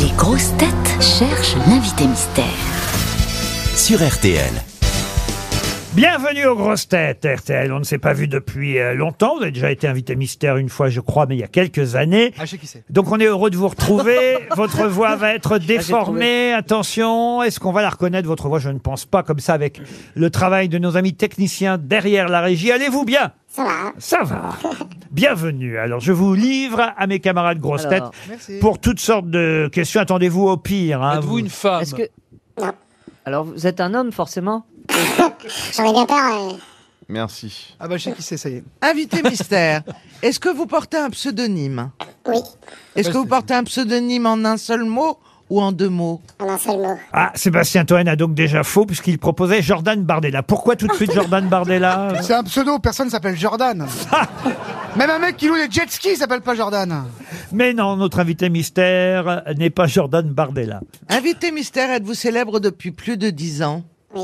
Les grosses têtes cherchent l'invité mystère. sur RTL. Bienvenue aux grosses têtes, RTL. On ne s'est pas vu depuis euh, longtemps. Vous avez déjà été invité mystère une fois, je crois, mais il y a quelques années. Ah, je sais qui c'est. Donc on est heureux de vous retrouver. votre voix va Ah, être déformée. Attention, est-ce qu'on va la reconnaître, votre voix Je ne pense pas comme ça avec le travail de nos amis techniciens derrière la régie. Allez-vous bien ça va. Bienvenue. Alors, je vous livre à mes camarades grosses Alors, têtes Merci. pour toutes sortes de questions. Attendez-vous au pire. hein. Êtes-vous une femme Est-ce que. Alors, vous êtes un homme, forcément J'en ai bien peur. euh. Merci. Ah bah je sais qui c'est, ça y est. Invité mystère, est-ce que vous portez un pseudonyme Oui, Est-ce que vous portez un pseudonyme en un seul mot ou en deux mots en un seul mot. Ah, Sébastien Toen a donc déjà faux puisqu'il proposait Jordan Bardella. Pourquoi tout de suite Jordan Bardella C'est un pseudo, personne s'appelle Jordan. Même un mec qui loue des jet skis s'appelle pas Jordan. Mais non, notre invité mystère n'est pas Jordan Bardella. Invité mystère, êtes-vous célèbre depuis plus de dix ans Oui.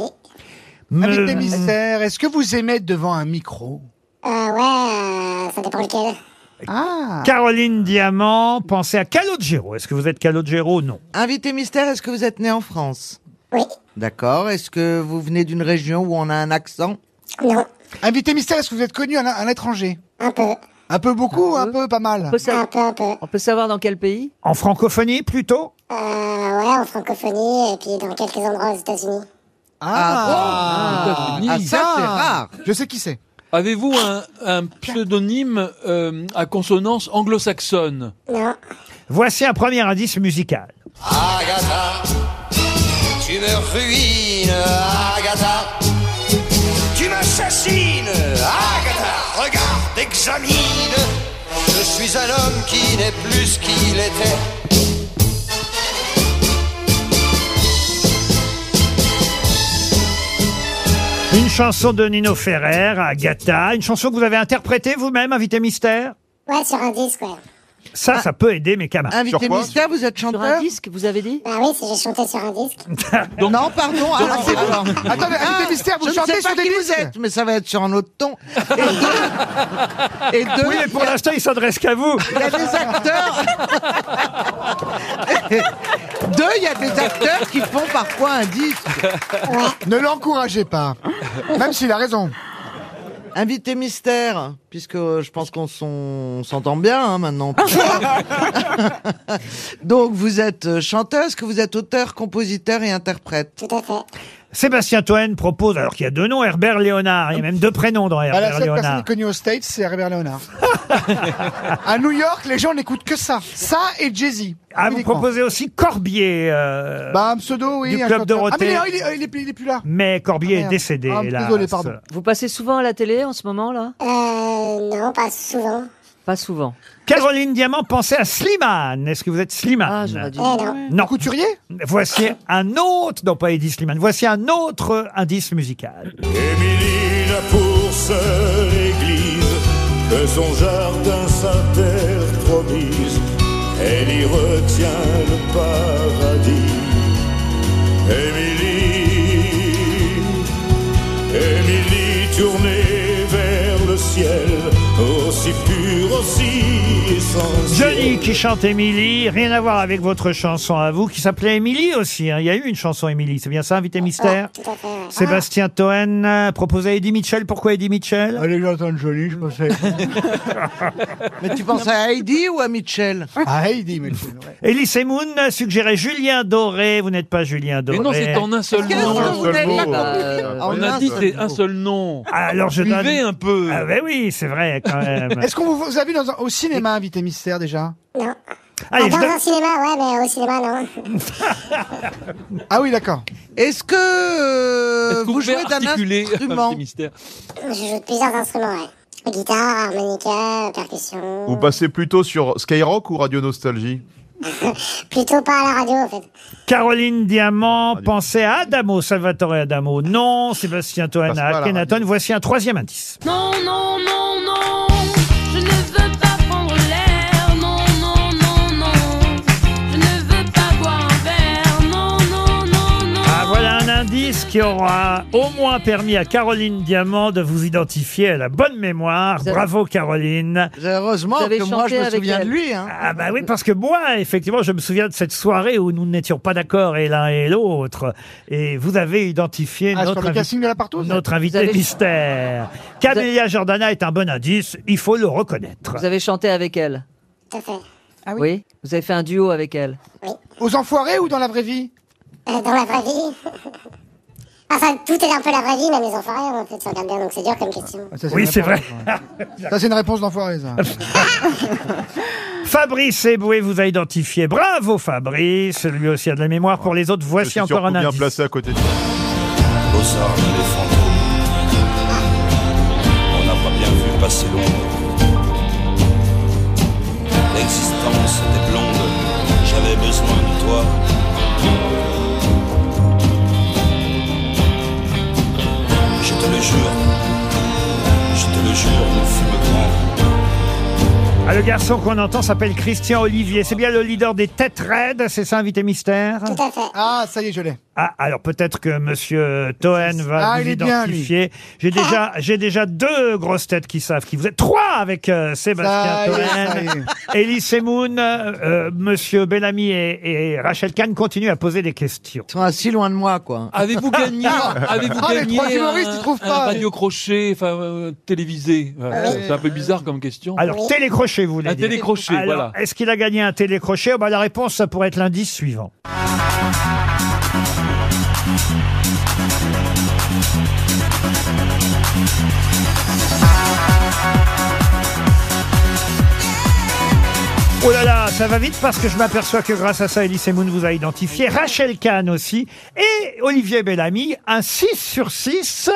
Invité Me- mystère, est-ce que vous aimez être devant un micro Euh, ouais, euh, ça dépend lequel. Ah Caroline Diamant, pensez à Calogero. Est-ce que vous êtes Calogero Non. Invité mystère, est-ce que vous êtes né en France Oui, D'accord. Est-ce que vous venez d'une région où on a un accent non, Invité mystère, est-ce que vous êtes connu à, l'in- à l'étranger un peu. Un peu beaucoup, un peu pas on mal. peut, Un sa- peu, un peu. Euh, on peut savoir dans quel pays En francophonie plutôt ouais, en francophonie et puis dans quelques endroits aux États-Unis. Ah, ah, ça c'est rare. Je sais qui c'est. Avez-vous un, un pseudonyme euh, à consonance anglo-saxonne Non, Voici un premier indice musical. Agatha, tu me ruines, Agatha. Tu m'assassines, Agatha. Regarde, examine. Je suis un homme qui n'est plus ce qu'il était. Une chanson de Nino Ferrer, Agatha, une chanson que vous avez interprétée vous-même, invité mystère ouais, sur un disque, ouais. Ah. Ça, ça peut aider mes camarades. Ah. Invité Sur quoi mystère, vous êtes Sur un chanteur disque, vous avez dit Bah oui, si j'ai chanté sur un disque. Non, pardon. Alors, c'est bon. ah, Attendez, invité mystère, vous je ne chantez sais pas sur des qui vous disques êtes, mais ça va être sur un autre ton. Et deux, et deux Ah. Oui, mais pour il y a- l'instant, il s'adresse qu'à vous. Il y a des acteurs. Deux, il y a des acteurs qui font parfois un disque. Ne l'encouragez pas. Même s'il a raison. Invité mystère, puisque euh, je pense qu'on s'en- on s'entend bien hein, maintenant. Donc vous êtes euh, chanteur, est-ce que vous êtes auteur, compositeur et interprète Tout à fait. Sébastien Toen propose, alors qu'il y a deux noms, Herbert Léonard. Il y a même deux prénoms dans Ah, la Herbert seule Léonard. personne connue aux States, c'est Herbert Leonard. à New York, les gens n'écoutent que ça. Ça et Jay-Z. Ah, vous Uniquement. proposez aussi Corbier. euh, Bah, un pseudo, oui. Du un Club chanteur. Dorothée. Ah, mais non, il est, il est, plus- il est plus là. Mais Corbier Ah, est merde. décédé, Ah, hélas. désolé, pardon. Vous passez souvent à la télé en ce moment, là Euh, non, pas souvent. Pas souvent. Caroline Diamant pensait à Slimane. Est-ce que vous êtes Slimane Ah, j'aurais dû. Eh non. Non. Couturier Voici un autre, non pas Eddie Slimane, voici un autre euh, indice musical. Émilie n'a pour seule église que son jardin s'interprovise. Elle y retient le paradis. Émilie, Émilie tournée vers le ciel, aussi pure, aussi essentielle. Johnny qui chante Émilie, rien à voir avec votre chanson à vous, qui s'appelait Émilie aussi. hein. Il y a eu une chanson Émilie, c'est bien ça, invité mystère Ah, Tout à fait, ouais. Sébastien Toen euh, proposait Eddie Mitchell. Pourquoi Eddie Mitchell Allez, j'entends Jolie, je pensais. Mais tu penses à Heidi ou à Mitchell ah, Heidi, mais ouais. Elie Semoun suggérait Julien Doré. Vous n'êtes pas Julien Doré. Mais non, c'est en un seul Qu'est-ce que nom. vous n'avez pas bah, compris euh, En On a un dit seul c'est un mot. seul nom. Alors je donne. Buvez un peu. Ah ben oui, c'est vrai quand même. Est-ce qu'on vous, vous a vu dans un- au cinéma, invité mystère, déjà Non. Ah, Allez, je dans donne- un cinéma, ouais, mais au cinéma, non. Ah oui, d'accord. Est-ce que euh, Est-ce que vous pouvez jouez d'un articuler instrument Ah, C'est mystère. Je joue de plusieurs instruments, ouais. Guitare, harmonica, percussion. Vous passez plutôt sur Skyrock ou Radio Nostalgie Plutôt pas à la radio, en fait. Caroline Ah, Diamant pensait à Adamo, Salvatore Adamo. Non, Sébastien Toen Passe pas à à la Akhenaton. Voici un troisième indice. Non, non, non, non, je ne veux pas prendre l'air. Non, non, non, non, je ne veux pas boire un verre. Non, non, non, non. Ah, voilà un indice qui aura au moins permis à Caroline Diamant de vous identifier à la bonne mémoire. Bravo Caroline. Heureusement Vous avez que moi, je chanté me avec souviens elle. de lui. Hein. Ah bah oui, parce que moi, effectivement, je me souviens de cette soirée où nous n'étions pas d'accord et l'un et l'autre. Et vous avez identifié Ah, sur notre, le casting de la partouze notre Vous invité avez- mystère. Camélia Jordana est un bon indice, il faut le reconnaître. Vous avez chanté avec elle Tout à fait. Ah oui. Vous avez fait un duo avec elle Aux enfoirés ou dans la vraie vie Euh, dans la vraie vie. enfin, tout est un peu la vraie vie, même les enfoirés, en fait, tu regardes bien, donc c'est dur comme question. Oui, Ah, c'est vrai. Ça, c'est une réponse d'enfoiré, ça. Fabrice Eboué vous a identifié. Bravo Fabrice, lui aussi a de la mémoire. Pour les autres, Je voici suis encore surtout un bien indice. placé à côté de toi. Aux armes des fantômes, on n'a pas bien vu passer l'ombre. L'existence était blonde, j'avais besoin de toi. Je te le jure, je te le jure, nous fûmes grands. Ah, le garçon qu'on entend s'appelle Christian Olivier. C'est bien le leader des Têtes Raides, c'est ça, invité mystère Ah, ça y est, je l'ai. Ah, alors peut-être que Monsieur Toen va Ah, vous il est bien, lui. Ah. identifier. J'ai déjà, j'ai déjà deux grosses têtes qui savent qui vous êtes. Trois avec euh, Sébastien Ça y est, ça Toen, Elie Semoun, euh, Monsieur Bellamy et, et Rachel Kahn continuent à poser des questions. Ils sont assis loin de moi, quoi. Avez-vous gagné, avez-vous Ah, les gagné trois humoristes, ils un, trouvent un pas. radio crochet, enfin euh, télévisé Ouais, C'est un peu bizarre comme question. Oh. Alors télécrochet, vous voulez Un dire. télécrochet, Alors, voilà. Est-ce qu'il a gagné un télécrochet Oh, bah, La réponse, ça pourrait être l'indice suivant. Oh là là, ça va vite parce que je m'aperçois que grâce à ça, Elise Moon vous a identifié, Rachel Kahn aussi, et Olivier Bellamy, un 6 sur 6.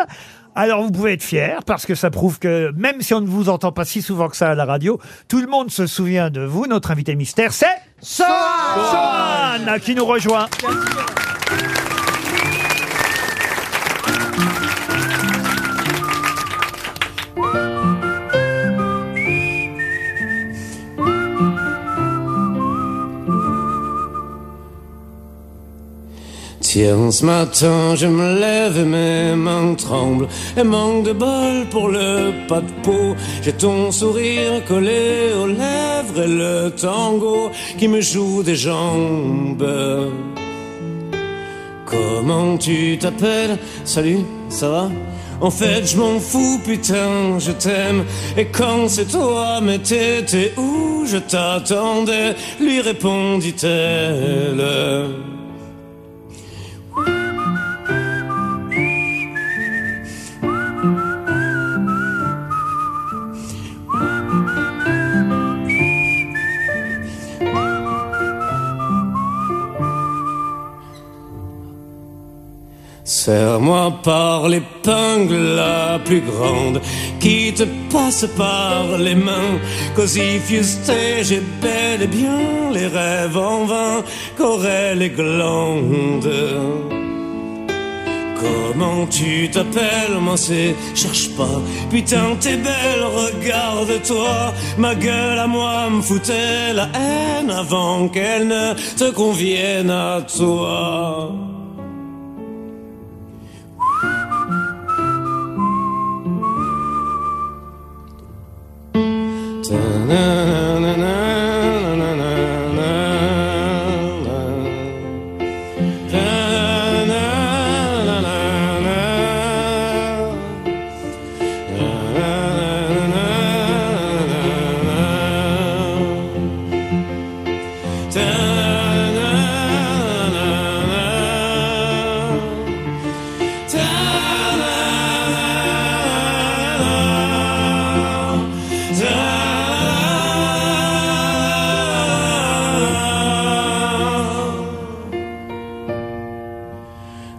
Alors vous pouvez être fier parce que ça prouve que même si on ne vous entend pas si souvent que ça à la radio, tout le monde se souvient de vous. Notre invité mystère, c'est Sohan Sohan, qui nous rejoint. Tiens, ce matin, je me lève et mes mains tremblent. Et manque de bol pour le pas de peau. J'ai ton sourire collé aux lèvres et le tango qui me joue des jambes. Comment tu t'appelles Salut, ça va En fait, je m'en fous, putain, je t'aime. Et quand c'est toi, mais t'étais où Je t'attendais, lui répondit-elle. Serre-moi par l'épingle la plus grande qui te passe par les mains. Cause if you stay, j'ai bel et bien les rêves en vain qu'auraient les glandes. Comment tu t'appelles Moi c'est cherche pas. Putain t'es belle, regarde-toi. Ma gueule à moi me foutait la haine avant qu'elle ne te convienne à toi.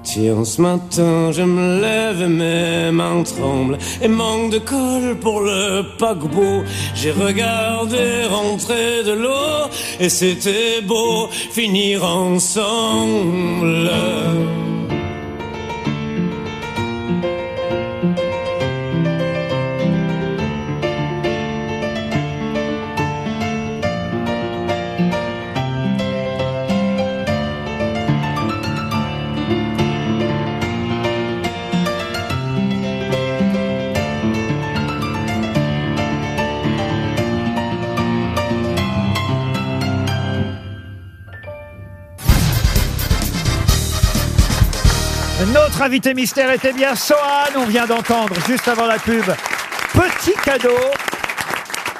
Tiens, ce matin, je me lève et mes mains tremblent et manque de colle pour le paquebot. J'ai regardé rentrer de l'eau et c'était beau finir ensemble. Notre invité mystère était bien Sohan, on vient d'entendre juste avant la pub. Petit cadeau.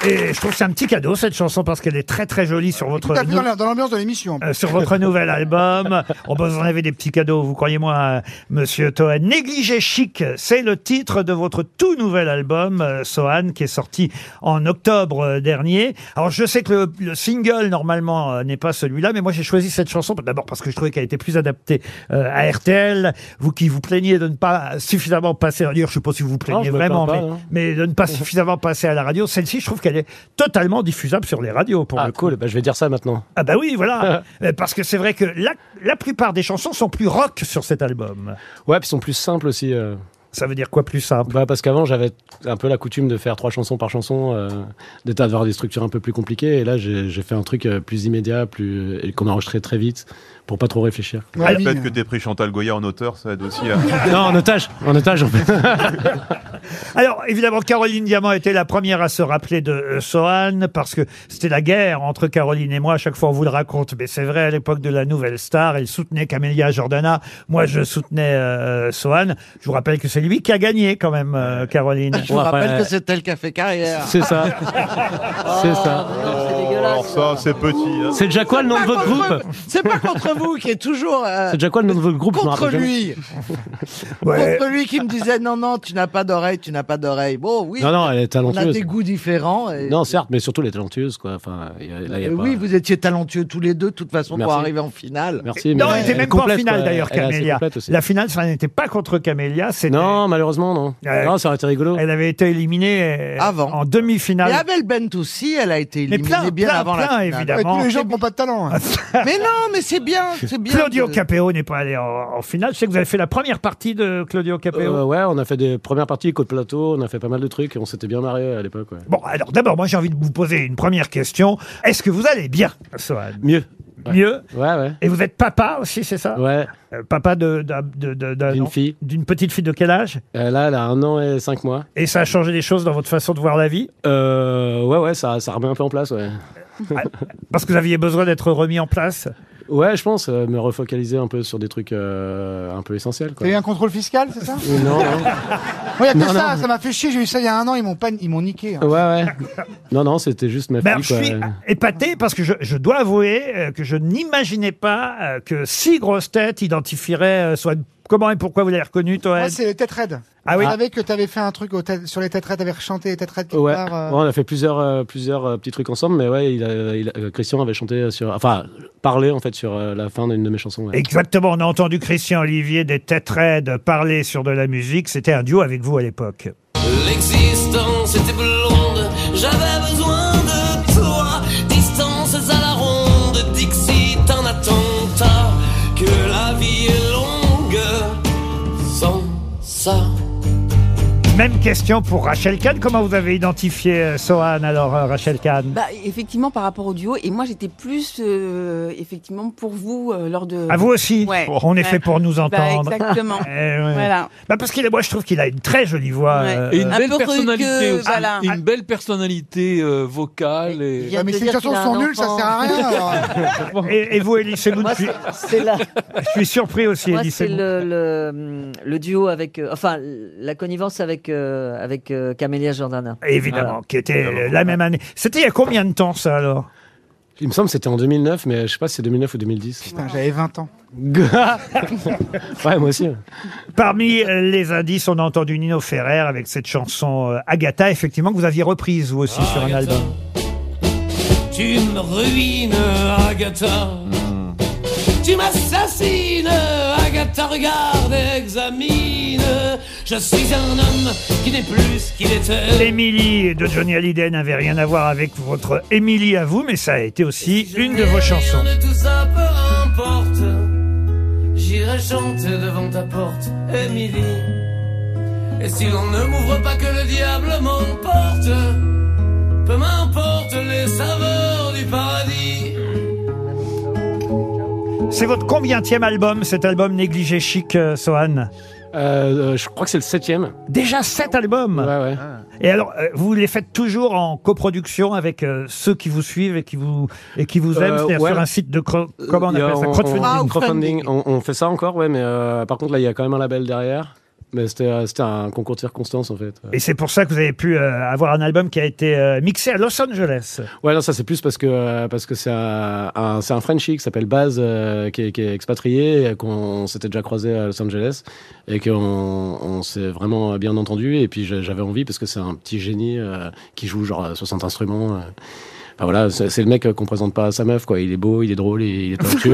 Et je trouve que c'est un petit cadeau cette chanson parce qu'elle est très très jolie sur votre T'as vu dans la- dans l'ambiance de l'émission. euh, sur votre nouvel album. On peut vous en avez des petits cadeaux, vous croyez-moi, euh, monsieur Tohan. Négligé chic, c'est le titre de votre tout nouvel album, euh, Sohan, qui est sorti en octobre euh, dernier. Alors, je sais que le, le single, normalement, euh, n'est pas celui-là, mais moi, j'ai choisi cette chanson, d'abord parce que je trouvais qu'elle était plus adaptée euh, à RTL. Vous qui vous plaignez de ne pas suffisamment passer, d'ailleurs, je sais pas si vous vous Non, plaignez je me vraiment, plains mais, pas, hein. mais de ne pas suffisamment passer à la radio, celle-ci, je trouve qu'elle est totalement diffusable sur les radios. Pour ah, cool, je vais dire ça maintenant. Ah, bah oui, voilà. Euh, Parce que c'est vrai que la, la plupart des chansons sont plus rock sur cet album. Ouais, puis ils sont plus simples aussi. euh. Ça veut dire quoi plus simple Bah parce qu'avant j'avais un peu la coutume de faire trois chansons par chanson, euh, de- d'avoir des structures un peu plus compliquées. Et là j'ai j'ai fait un truc euh, plus immédiat, plus et qu'on a enregistré très vite pour pas trop réfléchir. Ah, Peut-être que t'es pris Chantal Goya en auteur, ça aide aussi à... non en otage, en otage. En fait. Alors, évidemment, Caroline Diamant était la première à se rappeler de euh, Sohan, parce que c'était la guerre entre Caroline et moi. À chaque fois, on vous le raconte, mais c'est vrai, à l'époque de la nouvelle star, elle soutenait Camélia Jordana. Moi, je soutenais euh, Sohan. Je vous rappelle que c'est lui qui a gagné, quand même, euh, Caroline. Je Ah, vous rappelle que c'est elle qui a fait carrière. C'est ça. C'est ça. Alors ça, c'est petit. hein. C'est déjà quoi le nom de votre groupe C'est pas contre vous qui est toujours. euh, C'est déjà quoi le nom de votre groupe Je m'en Contre rappelle lui. Ouais. Contre lui qui me disait non, non, tu n'as pas d'oreille, tu n'as pas d'oreille. Bon, oui. Non, non, elle est Oh. On a talentueuse. des goûts différents. et- Non certes, mais surtout les talentueuses quoi. Enfin, y a- là, y a et pas- Euh, oui, vous étiez talentueux tous les deux, de toute façon, pour Merci. arriver en finale. Merci. Non, mais elle était même pas en complète, finale quoi. d'ailleurs, Elle est assez Camélia. complète aussi. La finale, ça n'était pas contre Camélia. Non, malheureusement, non. Non, ça aurait été rigolo. Elle avait été éliminée euh, Avant. en demi-finale. Et ah, Abel Bent aussi, elle a été Mais éliminée plein, bien plein, avant plein, la finale. évidemment. Ouais, tous les gens n'ont pas hein. de talent. Ah, mais non, mais c'est bien, c'est bien. Claudio de- Capéo n'est pas allé en, en finale. Je sais que vous avez fait la première partie de Claudio Capéo. Euh, ouais, on a fait des premières parties, Côte Plateau, on a fait pas mal de trucs, et on s'était bien marré à l'époque. ouais. Bon, alors d'abord, moi j'ai envie de vous poser une première question. Est-ce que vous allez bien, Sohan Mieux. Mieux Ouais, ouais. Et vous êtes papa aussi, c'est ça Euh, Ouais. papa de- d'un- de- de- d'un- D'une non, fille. D'une petite fille de quel âge Euh, là, elle a un an et cinq mois. Et ça a changé des choses dans votre façon de voir la vie Euh, ouais, ouais, ça, ça remet un peu en place, ouais. Parce que vous aviez besoin d'être remis en place Ouais, je pense, euh, me refocaliser un peu sur des trucs euh, un peu essentiels, quoi. T'as eu un contrôle fiscal, c'est ça Non, non. Moi, y a que Non, ça, non. ça m'a fait chier, j'ai eu ça il y a un an, ils m'ont pas, ils m'ont niqué. hein. Ouais, ouais. Non, non, c'était juste ma Ben, fille, je quoi. suis épaté parce que je, je dois avouer euh, que je n'imaginais pas euh, que six grosses têtes identifieraient euh, soit comment et pourquoi vous l'avez reconnu, Toen Moi, c'est les têtes raides. Ah oui. Je savais que t'avais fait un truc aux têtes- sur les têtes raides, t'avais rechanté les têtes raides quelque Ouais. part. euh. Ouais, on a fait plusieurs, euh, plusieurs euh, petits trucs ensemble, mais ouais, il a- il a- euh, Christian avait chanté sur. Enfin, parlé en fait sur euh, la fin d'une de mes chansons. ouais. Exactement, on a entendu Christian Olivier des Têtes Raides parler sur de la musique. C'était un duo avec vous à l'époque. L'existence était blonde, j'avais besoin de toi. Distance à la ronde, Dixit, un attentat. Que la vie est longue sans ça. Même question pour Rachel Kahn. Comment vous avez identifié euh, Sohan alors, euh, Rachel Kahn Bah, effectivement, par rapport au duo, et moi j'étais plus euh, effectivement pour vous euh, lors de. À vous aussi Ouais. On est Ouais. fait pour nous Bah, entendre. exactement. Eh ouais. Voilà. Bah, parce qu'il est, moi je trouve qu'il a une très jolie voix. Ouais. euh, Et une euh, belle peu rugueux, personnalité aussi. Ah, voilà. Une belle personnalité euh, vocale. Et... Ouais, Ah, mais ces chansons sont nulles, ça sert à rien. alors. et, et vous, Elie Semoun, je, suis- C'est la- je suis surpris aussi, Moi, Elie c'est Semoun. le, le, le duo avec, euh, enfin, la connivence avec euh, avec euh, Camélia Jordana. Évidemment, qui était euh, la même année. C'était il y a combien de temps ça alors Il me semble que c'était en 2009, mais je sais pas si c'est 2009 ou 2010. Putain, J'avais 20 ans. ouais, moi aussi. ouais. Parmi euh, les indices, on a entendu Nino Ferrer avec cette chanson euh, Agatha, effectivement, que vous aviez reprise vous Ah, aussi sur un album. Tu me ruines, Agatha. Tu m'assassines, Agatha, regarde, examine. Je suis un homme qui n'est plus ce qu'il était. Émilie de Johnny Hallyday n'avait rien à voir avec votre Émilie à vous, mais ça a été aussi une de vos chansons. Rien de tout ça, peu importe. J'irai chanter devant ta porte, Émilie. Et si l'on ne m'ouvre pas que le diable m'emporte, peu m'importe les saveurs du paradis. C'est votre combienième album, cet album négligé chic, euh, Sohan Euh, euh, je crois que c'est le septième. Déjà sept albums Ah. Ouais, ouais. Et alors, euh, vous les faites toujours en coproduction avec euh, ceux qui vous suivent et qui vous, et qui vous aiment, Euh, c'est-à-dire ouais. Euh, sur un site de cro- comment on Il y a- appelle ça, on- crowdfunding. on- Ah, crowdfunding. On, on fait ça encore, ouais, mais euh, par contre, là, il y a quand même un label derrière. Mais c'était euh, c'était un concours de circonstances, en fait. Et c'est pour ça que vous avez pu euh, avoir un album qui a été euh, mixé à Los Angeles. Ouais, non, ça c'est plus parce que euh, parce que c'est un, un- c'est un Frenchie qui s'appelle Baz euh, qui, est, qui est expatrié, et qu'on s'était déjà croisé à Los Angeles et qu'on on s'est vraiment bien entendu. Et puis j'a- j'avais envie parce que c'est un petit génie euh, qui joue genre euh, 60 instruments. euh. Enfin, voilà, c'est c'est le mec euh, qu'on présente pas à sa meuf quoi. Il est beau, il est drôle, et il est talentueux.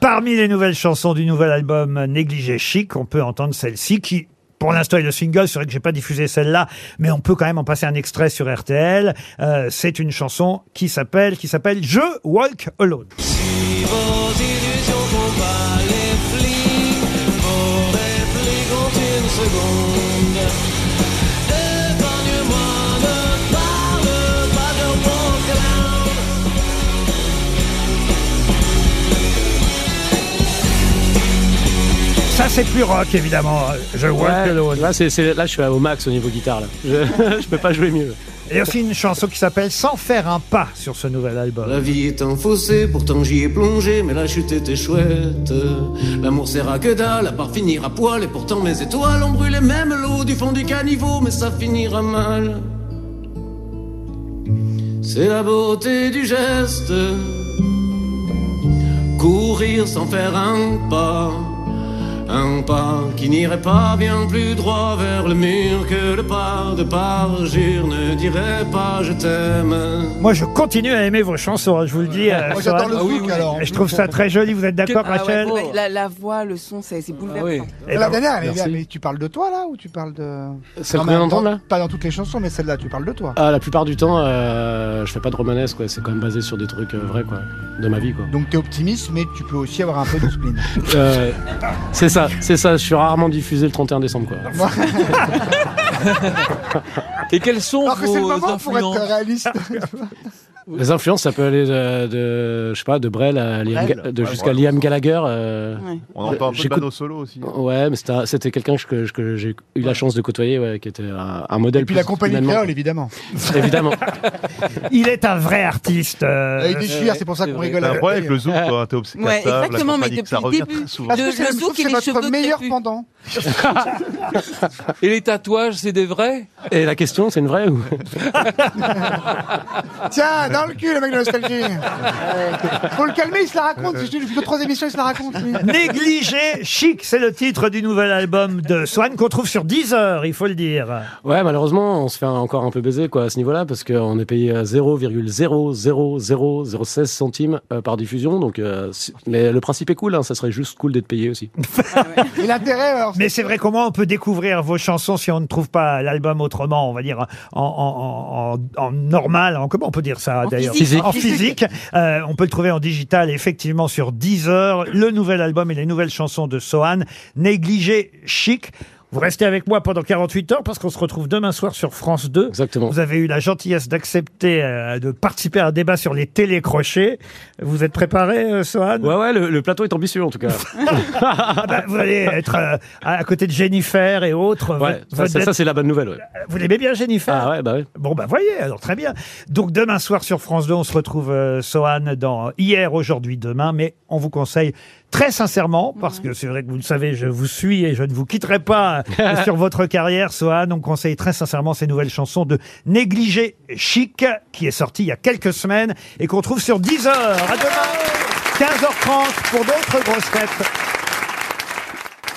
Parmi les nouvelles chansons du nouvel album euh, Négligé Chic, on peut entendre celle-ci qui, pour l'instant, est le single. C'est vrai que j'ai pas diffusé celle-là, mais on peut quand même en passer un extrait sur RTL. Euh, c'est une chanson qui s'appelle, qui s'appelle Je Walk Alone. Si vos illusions combat les flics, vos répliques ont une seconde. Épargne-moi, ne parle pas de mon clown. Ça, c'est plus rock, évidemment. euh, Je Walk Ouais, Alone. Là, c'est- c'est- là, je suis au max au niveau guitare. Là. Je, je peux pas jouer mieux. Et aussi une chanson qui s'appelle Sans faire un pas sur ce nouvel album. La vie est un fossé, pourtant j'y ai plongé, mais la chute était chouette. L'amour sert à que dalle, à part finir à poil, et pourtant mes étoiles ont brûlé même l'eau du fond du caniveau, mais ça finira mal. C'est la beauté du geste, courir sans faire un pas. Un pas qui n'irait pas bien plus droit vers le mur que le pas de parjure ne dirait pas je t'aime. Moi, je continue à aimer vos chansons, hein, je vous le dis. euh, Moi, j'adore Sohan. le Ah oui, zouk, oui. alors. Et Je trouve ça très joli, vous êtes d'accord, Ah ouais, Rachel ouais, la, la voix, le son, c'est c'est Ah bouleversant. Eh la ben, dernière, elle est bien, merci. mais tu parles de toi là ou tu parles de. Celle qu'on Non, mais vient d'entendre, dans- là Pas dans toutes les chansons, mais celle-là, tu parles de toi. Ah, la plupart du temps, euh, je fais pas de romanesque. ouais. C'est quand même basé sur des trucs euh, vrais quoi, de ma vie. quoi. Donc t'es optimiste, mais tu peux aussi avoir un peu de spleen. Euh, c'est ça, c'est ça. Je suis rarement diffusé le 31 décembre quoi. Et quelles sont Alors que c'est le vos moment pour être influences réaliste. Les influences, ça peut aller euh, de, je sais pas, de Brel à Liam Brel. Ga- Euh, de Ouais, jusqu'à ouais. Liam Gallagher. euh, On entend un peu de j'écoute- Bano solo aussi. Ouais, mais c'était un- c'était quelqu'un que, je- que j'ai eu la chance de côtoyer, ouais, qui était un, un modèle. Et puis la plus- compagnie de humainement- créole, évidemment. Évidemment. Il est un vrai artiste. euh, Il déchire, c'est pour ça qu'on rigole. T'as un Bah, avec problème lui. avec le Euh, zouk, toi, t'es obsédé par Ouais, ça, la exactement, mais compagnie, depuis ça le revient début, très souvent. Parce que Le- c'est- le je trouve zouk que et les c'est cheveux votre meilleur pendant. Et les tatouages, c'est des vrais Et la question, c'est une vraie ou Tiens, dans le cul, le mec de nostalgie. Faut le calmer, il se la raconte. Si je dis depuis deux, trois émissions, il se la raconte. lui. Négligé chic, c'est le titre du nouvel album de Swan qu'on trouve sur Deezer, il faut le dire. Ouais, malheureusement, on se fait encore un peu baiser quoi à ce niveau-là parce qu'on est payé à 0,0000016 centimes euh, par diffusion. Donc, euh, si- mais le principe est cool. hein, ça serait juste cool d'être payé aussi. Et l'intérêt, alors. Mais c'est vrai comment on peut découvrir vos chansons si on ne trouve pas l'album autrement, on va dire en, en- en- en- en normal, en comment on peut dire ça d'ailleurs physique. En physique. Euh, on peut le trouver en digital effectivement sur Deezer, le nouvel album et les nouvelles chansons de Sohan, Négligé Chic. Vous restez avec moi pendant 48 heures parce qu'on se retrouve demain soir sur France 2. Exactement. Vous avez eu la gentillesse d'accepter euh, de participer à un débat sur les télécrochets. Vous êtes préparé, euh, Sohan Ouais, ouais, le, le plateau est ambitieux en tout cas. Ah bah, vous allez être euh, à à côté de Jennifer et autres. Ouais, ça, Vo- ça- vedettes. ça, c'est la bonne nouvelle. ouais. Vous l'aimez bien, Jennifer Ah ouais, bah ouais. Bon, bah voyez, alors très bien. Donc demain soir sur France 2, on se retrouve, euh, Sohan, dans Hier, Aujourd'hui, Demain. Mais on vous conseille très sincèrement, parce que c'est vrai que vous le savez, je vous suis et je ne vous quitterai pas euh, sur votre carrière, Sohan. On conseille très sincèrement ces nouvelles chansons de Négligé Chic, qui est sortie il y a quelques semaines et qu'on trouve sur 10 heures. À demain, 15h30 pour d'autres grosses têtes.